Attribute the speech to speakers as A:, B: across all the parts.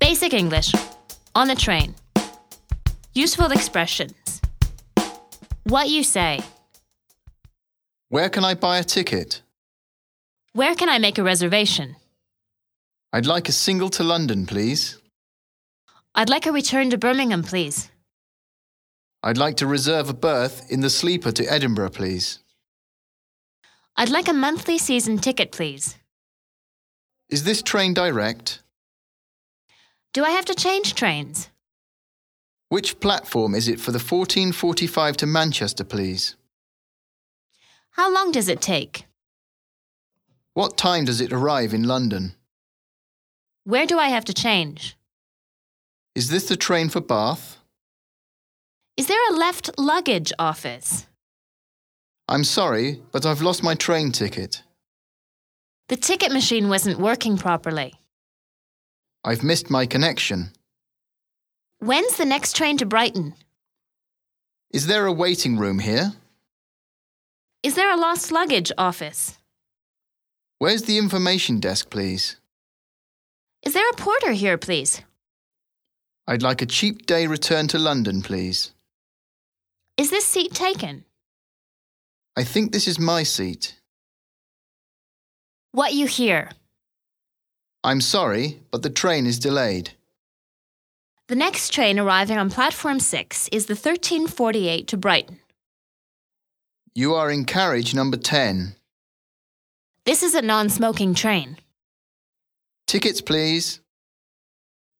A: Basic English. On the train. Useful expressions. What you say.
B: Where can I buy a ticket?
A: Where can I make a reservation?
B: I'd like a single to London, please.
A: I'd like a return to Birmingham, please.
B: I'd like to reserve a berth in the sleeper to Edinburgh, please.
A: I'd like a monthly season ticket, please.
B: Is this train direct?
A: Do I have to change trains?
B: Which platform is it for the 1445 to Manchester, please?
A: How long does it take?
B: What time does it arrive in London?
A: Where do I have to change?
B: Is this the train for Bath?
A: Is there a left luggage office?
B: I'm sorry, but I've lost my train ticket.
A: The ticket machine wasn't working properly.
B: I've missed my connection.
A: When's the next train to Brighton?
B: Is there a waiting room here?
A: Is there a lost luggage office?
B: Where's the information desk, please?
A: Is there a porter here, please?
B: I'd like a cheap day return to London, please.
A: Is this seat taken?
B: I think this is my seat.
A: What you hear.
B: I'm sorry, but the train is delayed.
A: The next train arriving on platform 6 is the 1348 to Brighton.
B: You are in carriage number 10.
A: This is a non smoking train.
B: Tickets, please.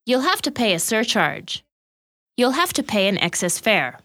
A: You'll have to pay a surcharge. You'll have to pay an excess fare.